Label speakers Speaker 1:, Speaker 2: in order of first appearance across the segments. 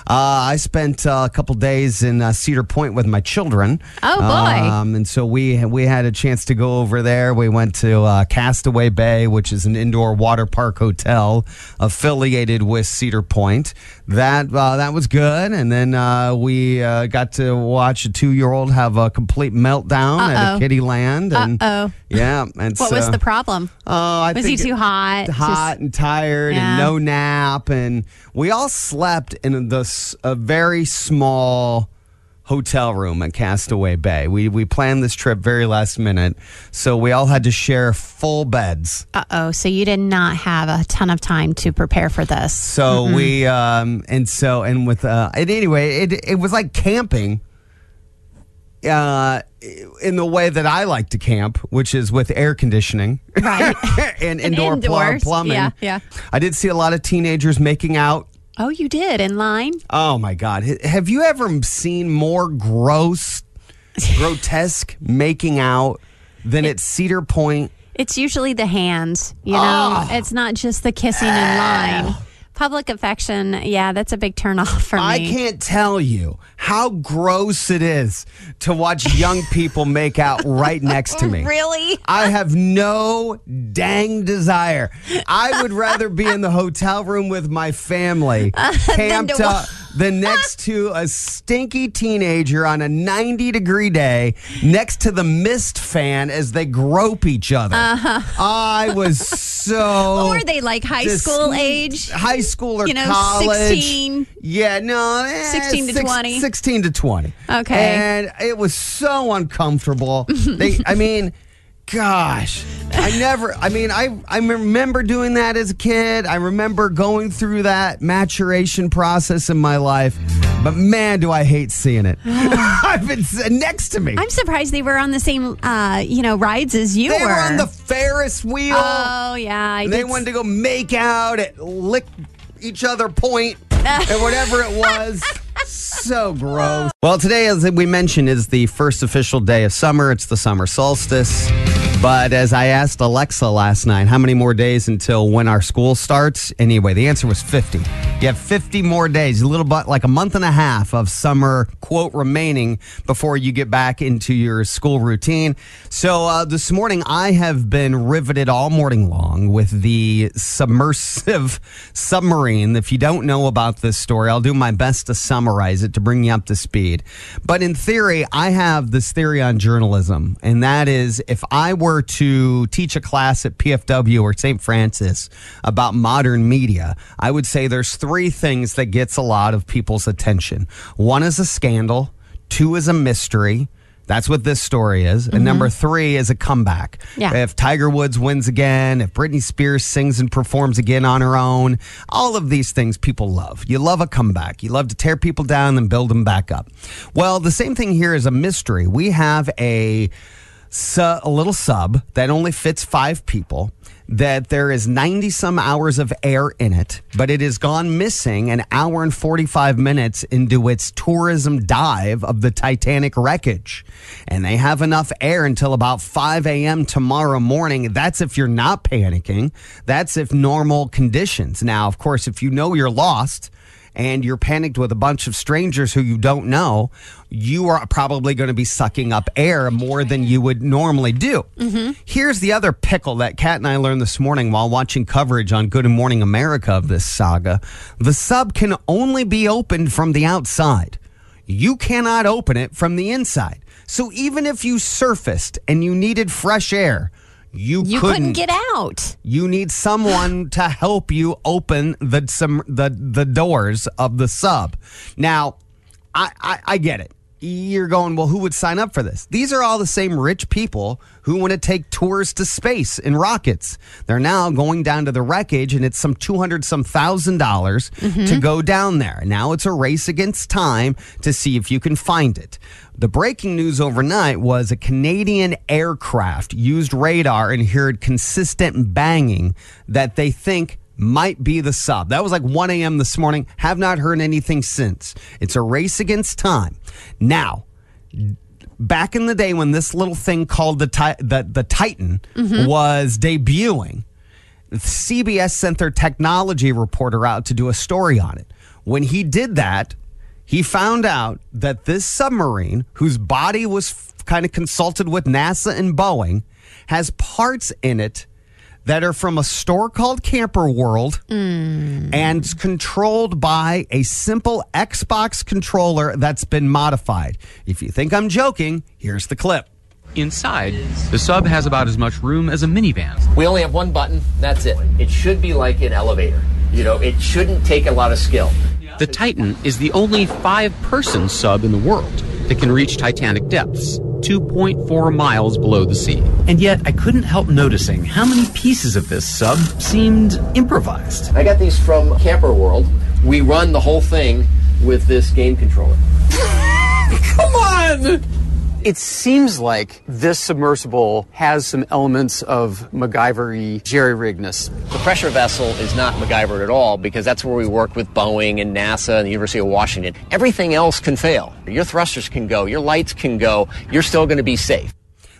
Speaker 1: Uh, I spent uh, a couple days in uh, Cedar Point with my children.
Speaker 2: Oh, boy.
Speaker 1: Um, and so we we had a chance to go over there. We went to uh, Castaway Bay, which is an indoor water park hotel affiliated with Cedar Point. That uh, that was good. And then uh, we uh, got to watch a two year old have a complete meltdown at
Speaker 2: Uh-oh.
Speaker 1: a kiddie land. And
Speaker 2: Uh-oh.
Speaker 1: yeah. And
Speaker 2: What was the problem?
Speaker 1: Oh, I
Speaker 2: Was he
Speaker 1: think
Speaker 2: too hot?
Speaker 1: Hot
Speaker 2: Just-
Speaker 1: and tired,
Speaker 2: Yeah.
Speaker 1: and no nap, and we all slept in the s- a very small hotel room at Castaway Bay. We we planned this trip very last minute, so we all had to share full beds.
Speaker 2: Uh oh. So you did not have a ton of time to prepare for this.
Speaker 1: So we um and so and with uh and anyway, it it was like camping. Uh, in the way that I like to camp, which is with air conditioning.
Speaker 2: Right.
Speaker 1: and indoor pl-
Speaker 2: indoors.
Speaker 1: plumbing.
Speaker 2: Yeah, yeah.
Speaker 1: I did see a lot of teenagers making out.
Speaker 2: oh, you did in line?
Speaker 1: Oh my God! H- Have you ever seen more gross, grotesque making out than at Cedar Point?
Speaker 2: It's usually the hands, you
Speaker 1: Oh.
Speaker 2: know? It's not just the kissing in line. Public affection, yeah, that's a big turnoff for me.
Speaker 1: I can't tell you how gross it is to watch young people make out right next to me.
Speaker 2: Really?
Speaker 1: I have no dang desire. I would rather be in the hotel room with my family, camped
Speaker 2: to wa-
Speaker 1: up, than next to a stinky teenager on a 90 degree day, next to the mist fan as they grope each other. I was so.
Speaker 2: Uh-huh. Or they like high school
Speaker 1: dis-
Speaker 2: age?
Speaker 1: High school or
Speaker 2: You know,
Speaker 1: college.
Speaker 2: 16.
Speaker 1: Yeah, no. eh,
Speaker 2: 16 to 20.
Speaker 1: 16 to 20.
Speaker 2: Okay.
Speaker 1: And it was so uncomfortable. they, I mean, gosh. I never, I mean, I, I remember doing that as a kid. I remember going through that maturation process in my life. But man, do I hate seeing it. I've been s- next to me.
Speaker 2: I'm surprised they were on the same, uh, you know, rides as you
Speaker 1: they
Speaker 2: were.
Speaker 1: were on the Ferris wheel.
Speaker 2: oh, yeah. I
Speaker 1: And they
Speaker 2: did
Speaker 1: wanted to go make out at lick each other point and whatever it was. so gross. Well, today, as we mentioned, is the first official day of summer. It's the summer solstice. But as I asked Alexa last night, how many more days until when our school starts? Anyway, the answer was 50. You have 50 more days, a little bit like a month and a half of summer, quote, remaining before you get back into your school routine. So uh, this morning, I have been riveted all morning long with the submersive submarine. If you don't know about this story, I'll do my best to summarize it to bring you up to speed. But in theory, I have this theory on journalism, and that is if I were to teach a class at PFW or St. Francis about modern media, I would say there's three things that gets a lot of people's attention. One is a scandal, two is a mystery. That's what this story is. And number three is a comeback. Uh,
Speaker 2: Yeah.
Speaker 1: If Tiger Woods wins again, if Britney Spears sings and performs again on her own, all of these things people love. You love a comeback. You love to tear people down and build them back up. Well, the same thing here is a mystery. We have a su- a little sub that only fits five people. That there is 90 some hours of air in it, but it has gone missing an hour and 45 minutes into its tourism dive of the Titanic wreckage. And they have enough air until about 5 a.m. tomorrow morning. That's if you're not panicking, that's if normal conditions. Now, of course, if you know you're lost, and you're panicked with a bunch of strangers who you don't know, you are probably going to be sucking up air more than you would normally do. Here's the other pickle that Kat and I learned this morning while watching coverage on Good Morning America of this saga. The sub can only be opened from the outside. You cannot open it from the inside. So even if you surfaced and you needed fresh air, you,
Speaker 2: You couldn't get out.
Speaker 1: you need someone to help you open the some the the doors of the sub. Now, I, I I get it. You're going, well, who would sign up for this? These are all the same rich people who want to take tours to space in rockets. They're now going down to the wreckage, and it's some 200 some thousand dollars to go down there. Now it's a race against time to see if you can find it. The breaking news overnight was a Canadian aircraft used radar and heard consistent banging that they think might be the sub. That was like 1 a.m. this morning. Have not heard anything since. It's a race against time. Now, back in the day when this little thing called the ti- the, the Titan was debuting, CBS sent their technology reporter out to do a story on it. When he did that, he found out that this submarine, whose body was f- kind of consulted with NASA and Boeing, has parts in it that are from a store called Camper World and it's controlled by a simple Xbox controller that's been modified. If you think I'm joking, here's the clip.
Speaker 3: Inside, the sub has about as much room as a minivan.
Speaker 4: We only have one button. That's it. It should be like an elevator. You know, it shouldn't take a lot of skill.
Speaker 3: The Titan is the only five person sub in the world that can reach Titanic depths, 2.4 miles below the sea. And yet, I couldn't help noticing how many pieces of this sub seemed improvised.
Speaker 4: I got these from Camper World. We run the whole thing with this game controller.
Speaker 3: Come on! It seems like this submersible has some elements of MacGyver jerry rigness.
Speaker 4: The pressure vessel is not MacGyver at all because that's where we work with Boeing and NASA and the University of Washington. Everything else can fail. Your thrusters can go, your lights can go, you're still going to be safe.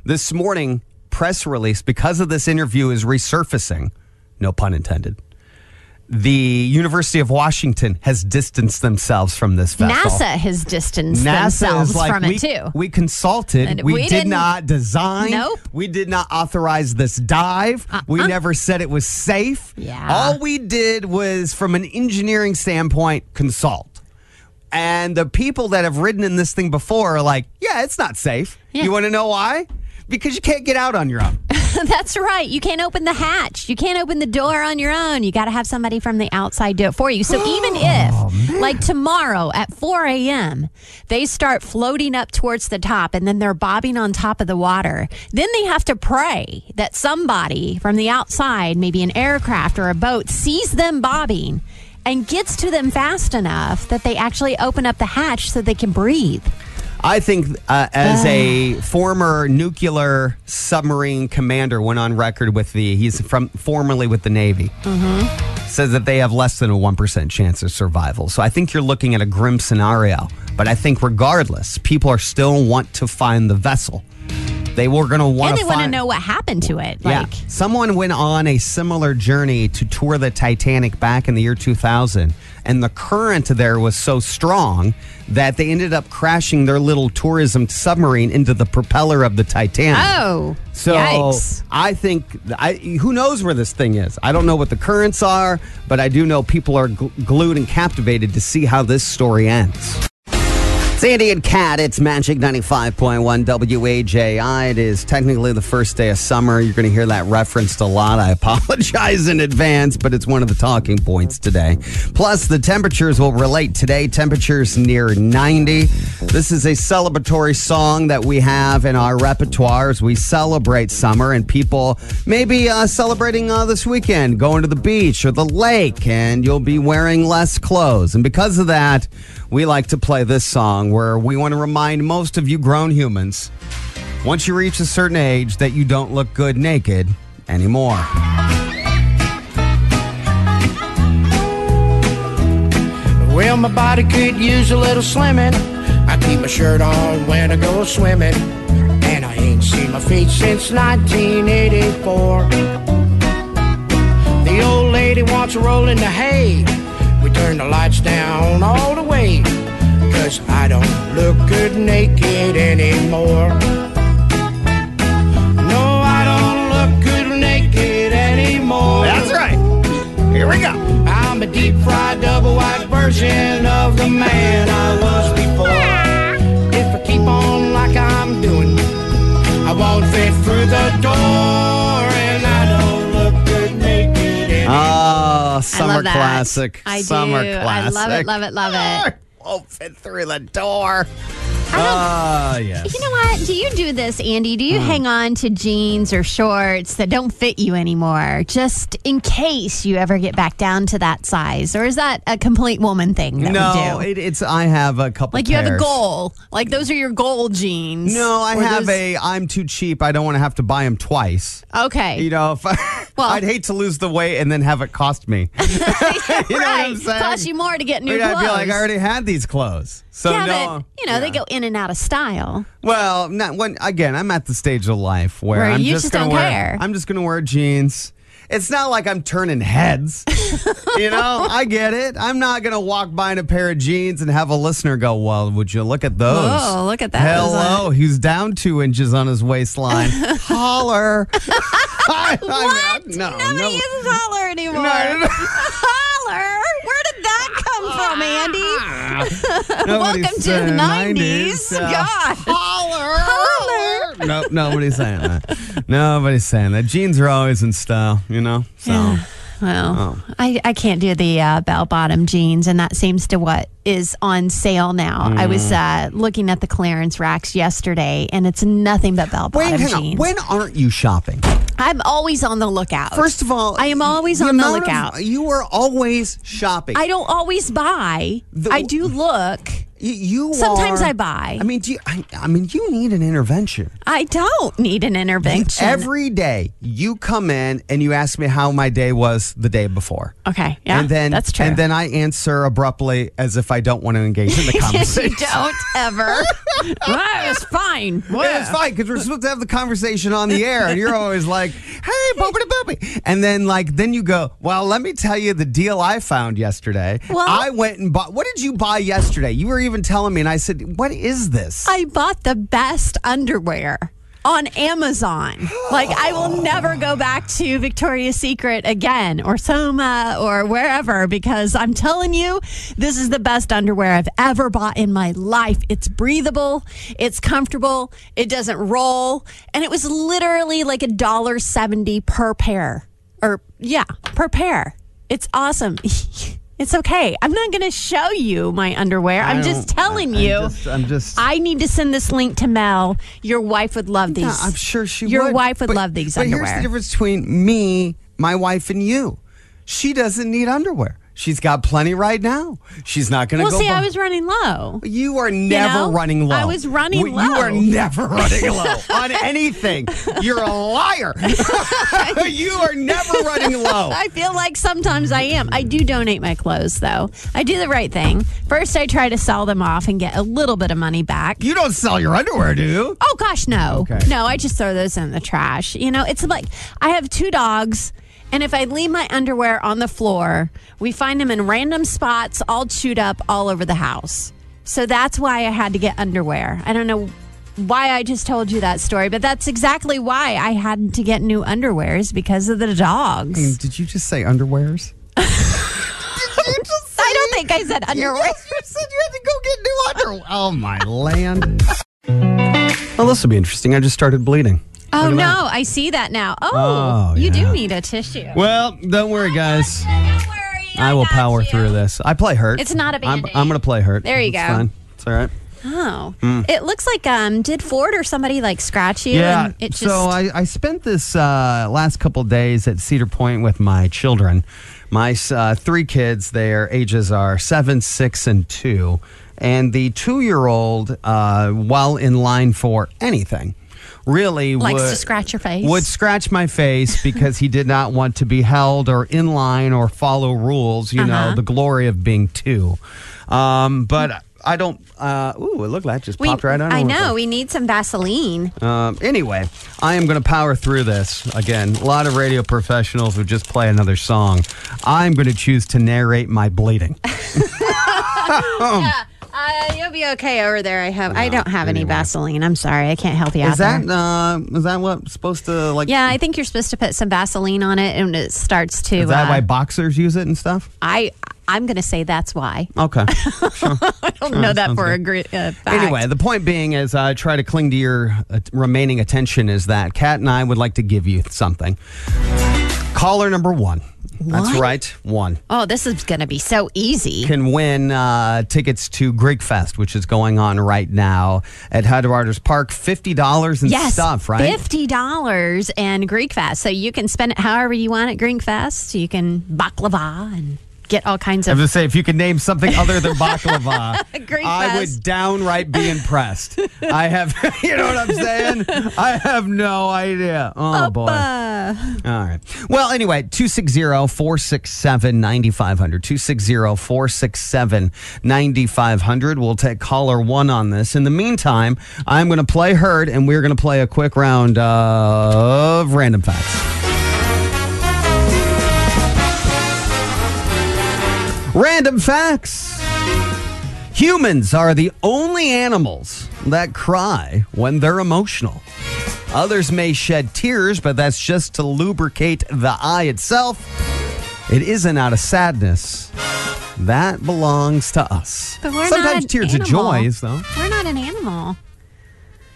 Speaker 1: This morning, press release, because of this interview, is resurfacing, no pun intended. The University of Washington has distanced themselves from this vessel.
Speaker 2: NASA has distanced
Speaker 1: NASA
Speaker 2: themselves
Speaker 1: is like,
Speaker 2: from
Speaker 1: we,
Speaker 2: it too.
Speaker 1: We consulted.
Speaker 2: And
Speaker 1: We,
Speaker 2: we
Speaker 1: did
Speaker 2: didn't-
Speaker 1: not design.
Speaker 2: Nope. Uh-uh.
Speaker 1: We did not authorize this dive. We never said it was safe.
Speaker 2: Yeah.
Speaker 1: All we did was, from an engineering standpoint, consult. And the people that have ridden in this thing before are like, yeah, it's not safe.
Speaker 2: Yeah.
Speaker 1: You want to know why? Because you can't get out on your own.
Speaker 2: That's right. You can't open the hatch. You can't open the door on your own. You got to have somebody from the outside do it for you. So
Speaker 1: Oh,
Speaker 2: even if, like tomorrow at 4 a.m., they start floating up towards the top and then they're bobbing on top of the water, then they have to pray that somebody from the outside, maybe an aircraft or a boat, sees them bobbing and gets to them fast enough that they actually open up the hatch so they can breathe.
Speaker 1: I think, uh, as a former nuclear submarine commander, went on record with the he's from formerly with the Navy,
Speaker 2: Mm-hmm.
Speaker 1: says that they have less than a one percent chance of survival. So I think you're looking at a grim scenario. But I think regardless, people are still want to find the vessel. They were going to want
Speaker 2: And
Speaker 1: to
Speaker 2: they want to
Speaker 1: find.
Speaker 2: know what happened to it.
Speaker 1: Yeah.
Speaker 2: Like,
Speaker 1: Someone went on a similar journey to tour the Titanic back in the year 2000, and the current there was so strong that they ended up crashing their little tourism submarine into the propeller of the Titanic.
Speaker 2: oh,
Speaker 1: So
Speaker 2: yikes.
Speaker 1: I think I, who knows where this thing is. I don't know what the currents are, but I do know people are gl- glued and captivated to see how this story ends. Sandy and Cat, it's Magic 95.1 WAJI. It is technically the first day of summer. You're going to hear that referenced a lot. I apologize in advance, but it's one of the talking points today. Plus, the temperatures will relate today. Temperatures near 90. This is a celebratory song that we have in our repertoire as we celebrate summer and people maybe uh, celebrating uh, this weekend, going to the beach or the lake, and you'll be wearing less clothes. And because of that, we like to play this song where we want to remind most of you grown humans, once you reach a certain age, that you don't look good naked anymore.
Speaker 5: Well, my body could use a little slimming. I keep my shirt on when I go swimming. And I ain't seen my feet since 1984. The old lady wants to roll in the hay. We turn the lights down all the way. Cause I don't look good naked anymore. No, I don't look good naked anymore.
Speaker 1: right. Here we go.
Speaker 5: I'm a deep fried double white version of the man I was before. If I keep on like I'm doing, I won't fit through the door, and I don't look good naked. anymore.
Speaker 1: Oh,
Speaker 2: I
Speaker 1: summer
Speaker 2: love that.
Speaker 1: classic.
Speaker 2: I
Speaker 1: summer
Speaker 2: do.
Speaker 1: classic.
Speaker 2: I love it, love it, love it.
Speaker 1: Won't fit through the door.
Speaker 2: I don't,
Speaker 1: Ah, yes.
Speaker 2: you know what? Do you do this, Andy? Do you
Speaker 1: Hmm.
Speaker 2: hang on to jeans or shorts that don't fit you anymore just in case you ever get back down to that size? Or is that a complete woman thing that
Speaker 1: no,
Speaker 2: we do?
Speaker 1: it, it's I have a couple.
Speaker 2: like you have a
Speaker 1: pairs.
Speaker 2: goal. Like those are your goal jeans.
Speaker 1: No, I
Speaker 2: Or
Speaker 1: have
Speaker 2: those-
Speaker 1: a. I'm too cheap. I don't want to have to buy them twice.
Speaker 2: Okay.
Speaker 1: You know, if I,
Speaker 2: Well-
Speaker 1: I'd hate to lose the weight and then have it cost me. you know what
Speaker 2: right.
Speaker 1: I'm saying?
Speaker 2: Cost you more to get new
Speaker 1: I'd
Speaker 2: clothes.
Speaker 1: be like, I already had these clothes. So
Speaker 2: yeah,
Speaker 1: no.
Speaker 2: but you know, they
Speaker 1: Yeah.
Speaker 2: go in and out of style.
Speaker 1: Well, not when again, I'm at the stage of life where,
Speaker 2: Where
Speaker 1: I'm
Speaker 2: you
Speaker 1: just
Speaker 2: just
Speaker 1: gonna
Speaker 2: don't
Speaker 1: wear
Speaker 2: care.
Speaker 1: I'm just gonna wear jeans. It's not like I'm turning heads. you know, I get it. I'm not going to walk by in a pair of jeans and have a listener go, Well, would you look at those?
Speaker 2: Whoa, look at that.
Speaker 1: Hello. He's down two inches on his waistline. Holler. I- I-
Speaker 2: What?
Speaker 1: no,
Speaker 2: Nobody
Speaker 1: no.
Speaker 2: uses holler anymore.
Speaker 1: No, no.
Speaker 2: holler? Where did that come from, Andy?
Speaker 1: Nobody's
Speaker 2: Welcome to
Speaker 1: saying
Speaker 2: the 90s.
Speaker 1: yeah.
Speaker 2: Gosh.
Speaker 1: Holler.
Speaker 2: Holler.
Speaker 1: Nope, nobody's saying that. Nobody's saying that. Jeans are always in style, you know? So.
Speaker 2: Well, I, I can't do the uh, bell bottom jeans, and that seems to what is on sale now. I was
Speaker 1: Mm.
Speaker 2: uh, looking at the clearance racks yesterday, and it's nothing but bell
Speaker 1: Wait,
Speaker 2: bottom
Speaker 1: hang on.
Speaker 2: jeans.
Speaker 1: When aren't you shopping?
Speaker 2: I'm always on the lookout.
Speaker 1: First of all,
Speaker 2: I am always on the
Speaker 1: amount of-
Speaker 2: lookout.
Speaker 1: you are always shopping.
Speaker 2: I don't always buy.
Speaker 1: The-
Speaker 2: I do look.
Speaker 1: Y- you
Speaker 2: Sometimes
Speaker 1: are-
Speaker 2: I buy.
Speaker 1: I mean, do you, I, I mean, you need an intervention.
Speaker 2: I don't need an intervention.
Speaker 1: Every day you come in and you ask me how my day was the day before.
Speaker 2: okay, yeah,
Speaker 1: and then
Speaker 2: that's true.
Speaker 1: And then I answer abruptly as if I don't want to engage in the
Speaker 2: yes,
Speaker 1: conversation.
Speaker 2: you don't ever. well, it's fine.
Speaker 1: And it's fine because we're supposed to have the conversation on the air, and you're always like, "Hey, boopity boopity," and then like then you go, "Well, let me tell you the deal I found yesterday.
Speaker 2: Well-
Speaker 1: I went and bought. What did you buy yesterday? You were even telling me, and I said, "What is this?
Speaker 2: I bought the best underwear on Amazon. Like I will never go back to Victoria's Secret again or Soma or wherever because I'm telling you this is the best underwear I've ever bought in my life. It's breathable, it's comfortable, it doesn't roll, and it was literally like a dollar 70 per pair or yeah, per pair. It's awesome. It's okay. I'm not going to show you my underwear. I'm just
Speaker 1: don't-
Speaker 2: telling
Speaker 1: I'm
Speaker 2: you.
Speaker 1: just- I'm just-
Speaker 2: I need to send this link to Mel. Your wife would love these.
Speaker 1: Yeah, I'm sure she.
Speaker 2: Your
Speaker 1: would.
Speaker 2: wife would
Speaker 1: But-
Speaker 2: love these
Speaker 1: But
Speaker 2: underwear.
Speaker 1: here's the difference between me, my wife, and you. She doesn't need underwear. She's got plenty right now. She's not going to
Speaker 2: well,
Speaker 1: go.
Speaker 2: see, I
Speaker 1: bu-
Speaker 2: was running low.
Speaker 1: You are never
Speaker 2: know,
Speaker 1: running low.
Speaker 2: I was running
Speaker 1: W- You
Speaker 2: low.
Speaker 1: are never running low on anything. You're a liar. you are never running low.
Speaker 2: I feel like sometimes I am. I do donate my clothes, though. I do the right thing. First, I try to sell them off and get a little bit of money back.
Speaker 1: You don't sell your underwear, do you?
Speaker 2: Oh gosh, no.
Speaker 1: Okay.
Speaker 2: No, I just throw those in the trash. You know, it's like I have two dogs and if I leave my underwear on the floor, we find them in random spots all chewed up all over the house. So that's why I had to get underwear. I don't know why I just told you that story, but that's exactly why I had to get new underwears because of the dogs.
Speaker 1: Did you just say underwears?
Speaker 2: I don't think I said underwear.
Speaker 1: you said you had to go get new underwear. Oh my land. Well, this will be interesting. I just started bleeding.
Speaker 2: Oh no, I see that now. Oh,
Speaker 1: Oh,
Speaker 2: you
Speaker 1: yeah.
Speaker 2: do need a tissue.
Speaker 1: Well, don't worry, guys.
Speaker 2: Don't worry,
Speaker 1: I will
Speaker 2: got
Speaker 1: power
Speaker 2: you.
Speaker 1: through this. I play hurt.
Speaker 2: It's not a
Speaker 1: I'm,
Speaker 2: Band-Aid.
Speaker 1: I'm going to play hurt.
Speaker 2: There you
Speaker 1: it's
Speaker 2: go.
Speaker 1: Fine. It's all right.
Speaker 2: Oh,
Speaker 1: Hmm.
Speaker 2: it looks like um, did Ford or somebody like scratch you?
Speaker 1: Yeah.
Speaker 2: and it just
Speaker 1: so I, I spent this uh, last couple days at Cedar Point with my children. My uh, three kids, their ages are seven, six, and two. And the two year old, uh, while in line for anything, really
Speaker 2: Likes
Speaker 1: would,
Speaker 2: to scratch your face.
Speaker 1: Would scratch my face because he did not want to be held or in line or follow rules, you
Speaker 2: Uh-huh.
Speaker 1: know, the glory of being two. Um, but I don't, uh, ooh, it looked like it just
Speaker 2: we,
Speaker 1: popped right on.
Speaker 2: I
Speaker 1: over.
Speaker 2: know we need some Vaseline.
Speaker 1: Um, anyway, I am going to power through this again. A lot of radio professionals would just play another song. I'm going to choose to narrate my bleeding.
Speaker 2: Uh, you'll be okay over there. I have. I don't have any Vaseline. I'm sorry, I can't help you out
Speaker 1: Is that
Speaker 2: there.
Speaker 1: uh, is that what's supposed to like?
Speaker 2: Yeah, I think you're supposed to put some Vaseline on it, and it starts to.
Speaker 1: Is that
Speaker 2: uh,
Speaker 1: why boxers use it and stuff?
Speaker 2: I I'm gonna say that's why.
Speaker 1: Okay.
Speaker 2: I don't know that for a great uh, fact.
Speaker 1: Anyway, the point being is I try to cling to your uh, remaining attention is that Kat and I would like to give you something. Caller number one. That's
Speaker 2: One?
Speaker 1: right, one.
Speaker 2: Oh, this is gonna be so easy.
Speaker 1: can win uh, tickets to Greek Fest, which is going on right now at Headwaters Park. Fifty dollars and
Speaker 2: Yes,
Speaker 1: stuff, right?
Speaker 2: Fifty dollars and Greek Fest, so you can spend it however you want at Greek Fest. You can baklava and get all kinds
Speaker 1: I
Speaker 2: of
Speaker 1: was gonna say, if you could name something other than baklava,
Speaker 2: Greek
Speaker 1: I
Speaker 2: Fest.
Speaker 1: would downright be impressed. I have, you know what I'm saying? I have no idea. Oh boy. All right. Well, anyway, 260-467-9500. 260-467-9500. We'll take caller one on this. In the meantime, I'm going to play Herd, and we're going to play a quick round of random facts. Random facts. Humans are the only animals that cry when they're emotional. Others may shed tears, but that's just to lubricate the eye itself. It isn't out of sadness. That belongs to us.
Speaker 2: But we're
Speaker 1: Sometimes
Speaker 2: not an
Speaker 1: tears
Speaker 2: animal.
Speaker 1: of joy is though.
Speaker 2: We're not an animal.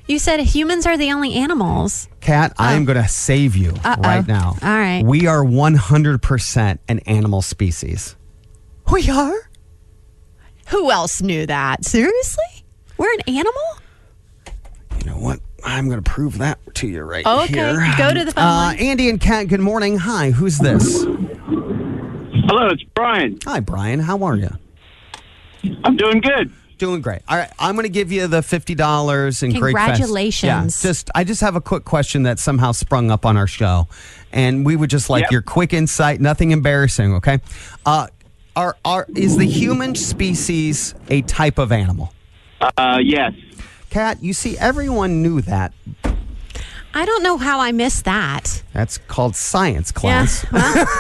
Speaker 2: You said humans are the only animals.
Speaker 1: Kat, I am going to save you
Speaker 2: Oh. Uh-oh.
Speaker 1: right now.
Speaker 2: All right.
Speaker 1: We are 100% an animal species.
Speaker 2: We are. Who else knew that? Seriously? We're an animal?
Speaker 1: You know what? I'm going to prove that to you right
Speaker 2: Okay,
Speaker 1: here.
Speaker 2: go to the phone
Speaker 1: Uh,
Speaker 2: line.
Speaker 1: Andy and Kat, good morning. Hi, who's this?
Speaker 6: Hello, it's Brian.
Speaker 1: Hi, Brian. How are you?
Speaker 6: I'm doing good.
Speaker 1: Doing great. All right, I'm going to give you the fifty dollars and great fest.
Speaker 2: Congratulations.
Speaker 1: Yeah, just I just have a quick question that somehow sprung up on our show, and we would just like
Speaker 6: Yep.
Speaker 1: your quick insight. Nothing embarrassing, okay? Uh, are are is the human species a type of animal?
Speaker 6: Uh, yes.
Speaker 1: Kat, you see, everyone knew that. Uh,
Speaker 2: I don't know how I missed that.
Speaker 1: That's called science class.
Speaker 2: Yeah.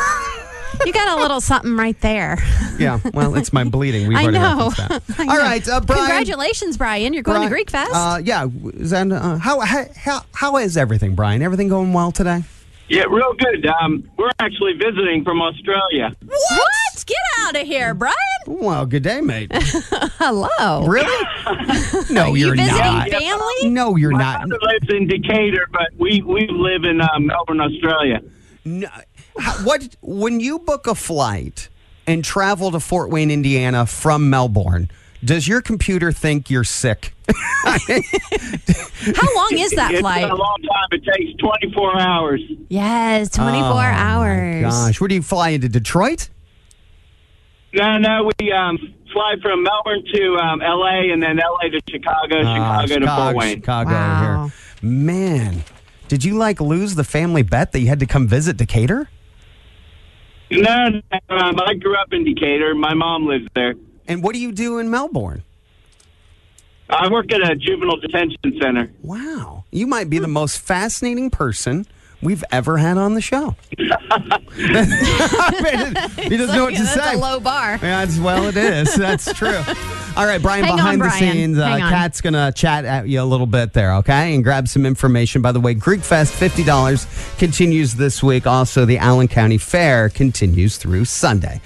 Speaker 2: Well, you got a little something right there.
Speaker 1: Yeah. well, it's my bleeding. We've
Speaker 2: I
Speaker 1: already
Speaker 2: know.
Speaker 1: referenced that.
Speaker 2: I
Speaker 1: All
Speaker 2: know.
Speaker 1: right, uh, Brian.
Speaker 2: Congratulations, Brian. You're going
Speaker 1: Brian,
Speaker 2: to Greek Fest.
Speaker 1: Uh, yeah. Is that, uh, how, how how how is everything, Brian? Everything going well today?
Speaker 6: Yeah, real good. Um, we're actually visiting from Australia.
Speaker 2: what? Get out of here, Brian.
Speaker 1: Well, good day, mate.
Speaker 2: Hello.
Speaker 1: Really? no,
Speaker 2: you
Speaker 1: you're
Speaker 2: visiting
Speaker 1: not.
Speaker 2: family?
Speaker 1: No, you're
Speaker 6: My
Speaker 1: not.
Speaker 6: father lives in Decatur, but we, we live in um, Melbourne, Australia.
Speaker 1: No. How- What when you book a flight and travel to Fort Wayne, Indiana from Melbourne? Does your computer think you're sick?
Speaker 2: How long is that
Speaker 6: it's
Speaker 2: flight?
Speaker 6: been a long time. It takes 24 hours.
Speaker 2: Yes, 24
Speaker 1: Oh, my
Speaker 2: hours.
Speaker 1: Gosh, where do you fly into Detroit?
Speaker 6: No, no, we um, fly from Melbourne to um, L.A. and then L.A. to Chicago,
Speaker 1: Ah,
Speaker 6: Chicago, to Fort Wayne.
Speaker 1: Chicago
Speaker 2: Wow.
Speaker 1: here. Man, did you like lose the family bet that you had to come visit Decatur?
Speaker 6: No, no, um, I grew up in Decatur. My mom lives there.
Speaker 1: And what do you do in Melbourne?
Speaker 6: I work at a juvenile detention center.
Speaker 1: Wow. You might be the most fascinating person we've ever had on the show. I mean, he doesn't know what to
Speaker 2: That's
Speaker 1: say.
Speaker 2: a low bar.
Speaker 1: Yeah, it's- well, it is. That's true. All right, Brian,
Speaker 2: Hang on,
Speaker 1: behind the
Speaker 2: Brian.
Speaker 1: scenes, uh,
Speaker 2: Hang on.
Speaker 1: Kat's going to chat at you a little bit there, okay? And grab some information. By the way, Greek Fest, $50, continues this week. Also, the Allen County Fair continues through Sunday.